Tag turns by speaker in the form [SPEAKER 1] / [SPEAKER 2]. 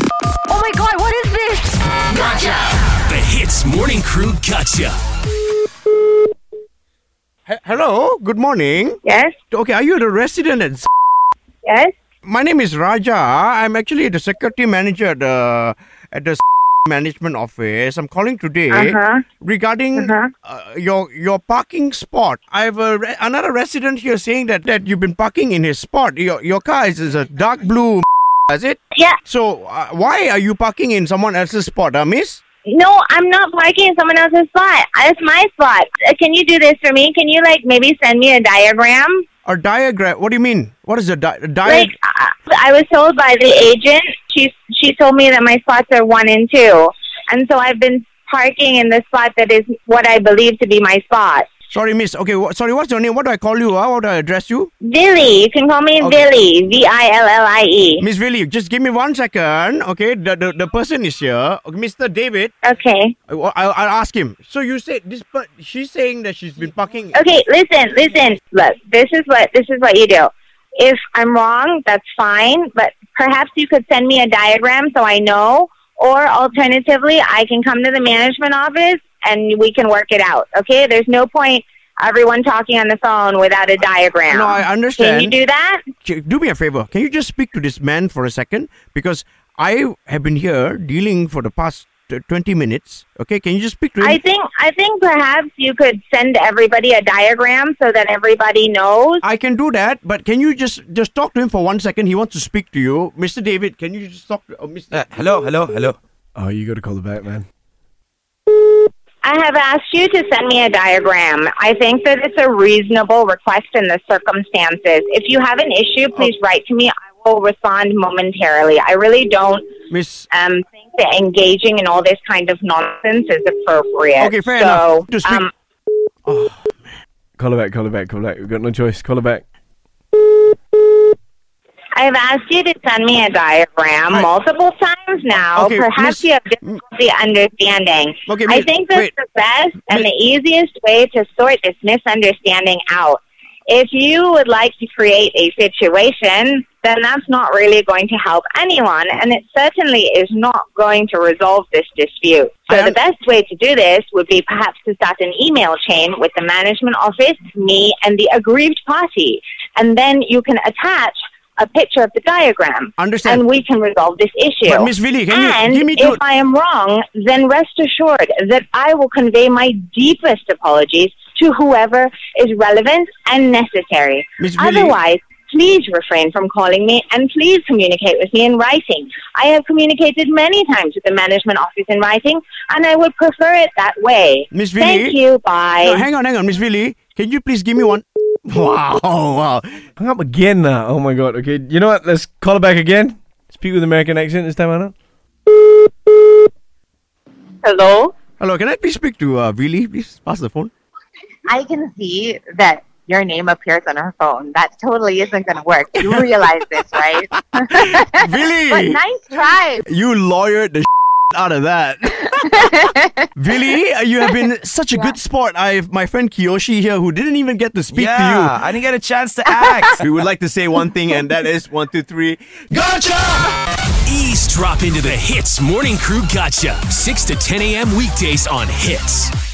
[SPEAKER 1] Oh my god, what is this?
[SPEAKER 2] The Hits Morning Crew Gotcha.
[SPEAKER 3] He- Hello, good morning.
[SPEAKER 4] Yes,
[SPEAKER 3] Okay, are you the resident at? Z-
[SPEAKER 4] yes.
[SPEAKER 3] My name is Raja. I'm actually the security manager at the at the Z- management office. I'm calling today
[SPEAKER 4] Uh-huh.
[SPEAKER 3] regarding uh
[SPEAKER 4] Uh-huh.
[SPEAKER 3] your your parking spot. I have a re- another resident here saying that that you've been parking in his spot. Your your car is, is a dark blue. Is it?
[SPEAKER 4] Yeah.
[SPEAKER 3] So uh, why are you parking in someone else's spot, uh, Miss?
[SPEAKER 4] No, I'm not parking in someone else's spot. It's my spot. Uh, Can you do this for me? Can you like maybe send me a diagram?
[SPEAKER 3] A diagram? What do you mean? What is a di- diagram?
[SPEAKER 4] Like uh, I was told by the agent, she she told me that my spots are one and two, and so I've been parking in the spot that is what I believe to be my spot.
[SPEAKER 3] Sorry, Miss. Okay, wha sorry. What's your name? What do I call you? Uh? How do I address you?
[SPEAKER 4] Villy, you can call me
[SPEAKER 3] Okay.
[SPEAKER 4] Villy, V I L L I E.
[SPEAKER 3] Miss Willie, just give me one second, okay? The, the, the person is here. Okay, Mr. David,
[SPEAKER 4] Okay.
[SPEAKER 3] I, will ask him. So you said this, but she's saying that she's been parking.
[SPEAKER 4] Okay, listen, listen. Look, this is what this is what you do. If I'm wrong, that's fine, but perhaps you could send me a diagram so I know, or alternatively, I can come to the management office and we can work it out. Okay? There's no point everyone talking on the phone without a diagram.
[SPEAKER 3] No, I
[SPEAKER 4] Can you
[SPEAKER 3] understand. Mm-hmm.
[SPEAKER 4] do that?
[SPEAKER 3] Ch- do me a favor. Can you just speak to this man for a second? Because I have been here dealing for the past uh, 20 minutes, okay? Can you just speak to him?
[SPEAKER 4] I think I think perhaps you could send everybody a diagram so that everybody knows.
[SPEAKER 3] I can do that, but can you just just talk to him for one second? He wants to speak to you. Mr. David, can you just talk to oh, Mr.
[SPEAKER 5] Uh, hello, hello, hello.
[SPEAKER 6] Oh, you got to call the back, man.
[SPEAKER 4] I have asked you to send me a diagram. I think that it's a reasonable request in the circumstances. If you have an issue, please write to me. I will respond momentarily. I really don't
[SPEAKER 3] Miss.
[SPEAKER 4] um, think that engaging in all this kind of nonsense is appropriate.
[SPEAKER 3] Okay, fair
[SPEAKER 4] so,
[SPEAKER 3] enough. Just speak-
[SPEAKER 4] um,
[SPEAKER 6] Call her back, call her back, call her back. We've got no choice. Call her back.
[SPEAKER 4] I have asked you to send me a diagram
[SPEAKER 3] Right.
[SPEAKER 4] multiple times now.
[SPEAKER 3] Okay,
[SPEAKER 4] Perhaps
[SPEAKER 3] miss-
[SPEAKER 4] you have difficulty understanding.
[SPEAKER 3] Okay,
[SPEAKER 4] I
[SPEAKER 3] miss-
[SPEAKER 4] think that's
[SPEAKER 3] wait.
[SPEAKER 4] the best and the easiest way to sort this misunderstanding out. If you would like to create a situation, then that's not really going to help anyone, and it certainly is not going to resolve this dispute.
[SPEAKER 3] I
[SPEAKER 4] So
[SPEAKER 3] un-
[SPEAKER 4] the best way to do this would be perhaps to start an email chain with the management office, me, and the aggrieved party, and then you can attach a picture of the diagram,
[SPEAKER 3] Understand.
[SPEAKER 4] and we can resolve this issue.
[SPEAKER 3] But Miss Willie, can you
[SPEAKER 4] and
[SPEAKER 3] give me
[SPEAKER 4] if
[SPEAKER 3] two-
[SPEAKER 4] I am wrong, then rest assured that I will convey my deepest apologies to whoever is relevant and necessary.
[SPEAKER 3] Miss Willie-
[SPEAKER 4] Otherwise, please refrain from calling me and please communicate with me in writing. I have communicated many times with the management office in writing, and I would prefer it that way.
[SPEAKER 3] Miss
[SPEAKER 4] Thank
[SPEAKER 3] Willie-
[SPEAKER 4] you. Bye.
[SPEAKER 3] No, hang on, hang on, Miss Willie. Can you please give me one? Wow, wow.
[SPEAKER 6] Hung up again now. Oh my god. Okay. You know what? Let's call her back again. Speak with American accent this time around.
[SPEAKER 7] Hello.
[SPEAKER 3] Hello, can I please speak to uh, Willie? Please pass the phone.
[SPEAKER 7] I can see that your name appears on her phone. That totally isn't going to work. You realize this, right? But
[SPEAKER 3] Willie,
[SPEAKER 7] nice try.
[SPEAKER 3] you lawyered the out of that. Willie, uh, you have been such a good sport. I have my friend Kiyoshi here who didn't even get to speak
[SPEAKER 5] yeah,
[SPEAKER 3] to
[SPEAKER 5] I didn't get a chance to act.
[SPEAKER 3] you. We would like to say one thing, and that is one, two, three.
[SPEAKER 2] Eavesdrop into the Hits Morning Crew Gotcha. 6 to 10 a.m. weekdays on Hits.